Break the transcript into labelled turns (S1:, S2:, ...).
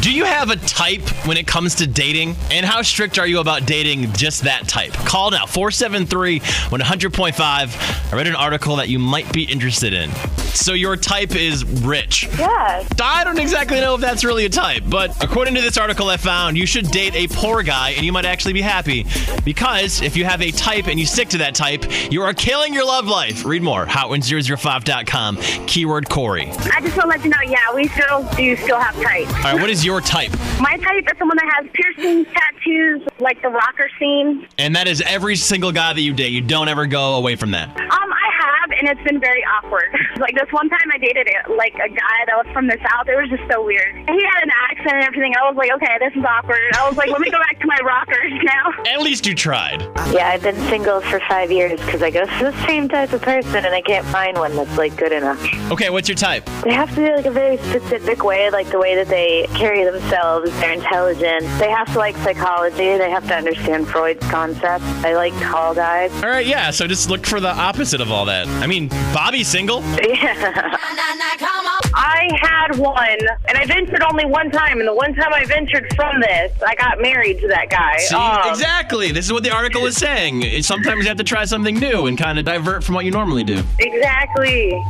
S1: Do you have a type when it comes to dating? And how strict are you about dating just that type? Call now 473 100.5. I read an article that you might be interested in. So your type is rich.
S2: Yeah.
S1: I don't exactly know if that's really a type, but according to this article I found, you should date a poor guy and you might actually be happy because if you have a type and you stick to that type, you are killing your love life. Read more, hotwin005.com, keyword Corey. All
S2: I just want to let you know, yeah, we still do still have types.
S1: right, what is your type?
S2: My type is someone that has piercings, tattoos, like the rocker scene.
S1: And that is every single guy that you date. You don't ever go away from that.
S2: Um, I have, and it's been very awkward. like this one time I dated a, like a guy that was from the south. It was just so weird. And he had an accent and everything. I was like, okay, this is awkward. I was like, let me go back to my rockers now.
S1: At least you tried.
S3: Yeah, I've been single for five years because I go for the same type of person and I can't find one that's like good enough.
S1: Okay, what's your type?
S3: They have to be like a very specific way, like the way that they carry themselves. They're intelligent. They have to like psychology. They have to understand Freud's concepts. I like tall guys.
S1: All right, yeah, so just look for the opposite of all that. I mean, Bobby's single.
S3: Yeah.
S2: I had one, and I ventured only one time. And the one time I ventured from this, I got married to that guy. Um,
S1: See, exactly. This is what the article is saying. Sometimes you have to try something new and kind of divert from what you normally do.
S2: Exactly.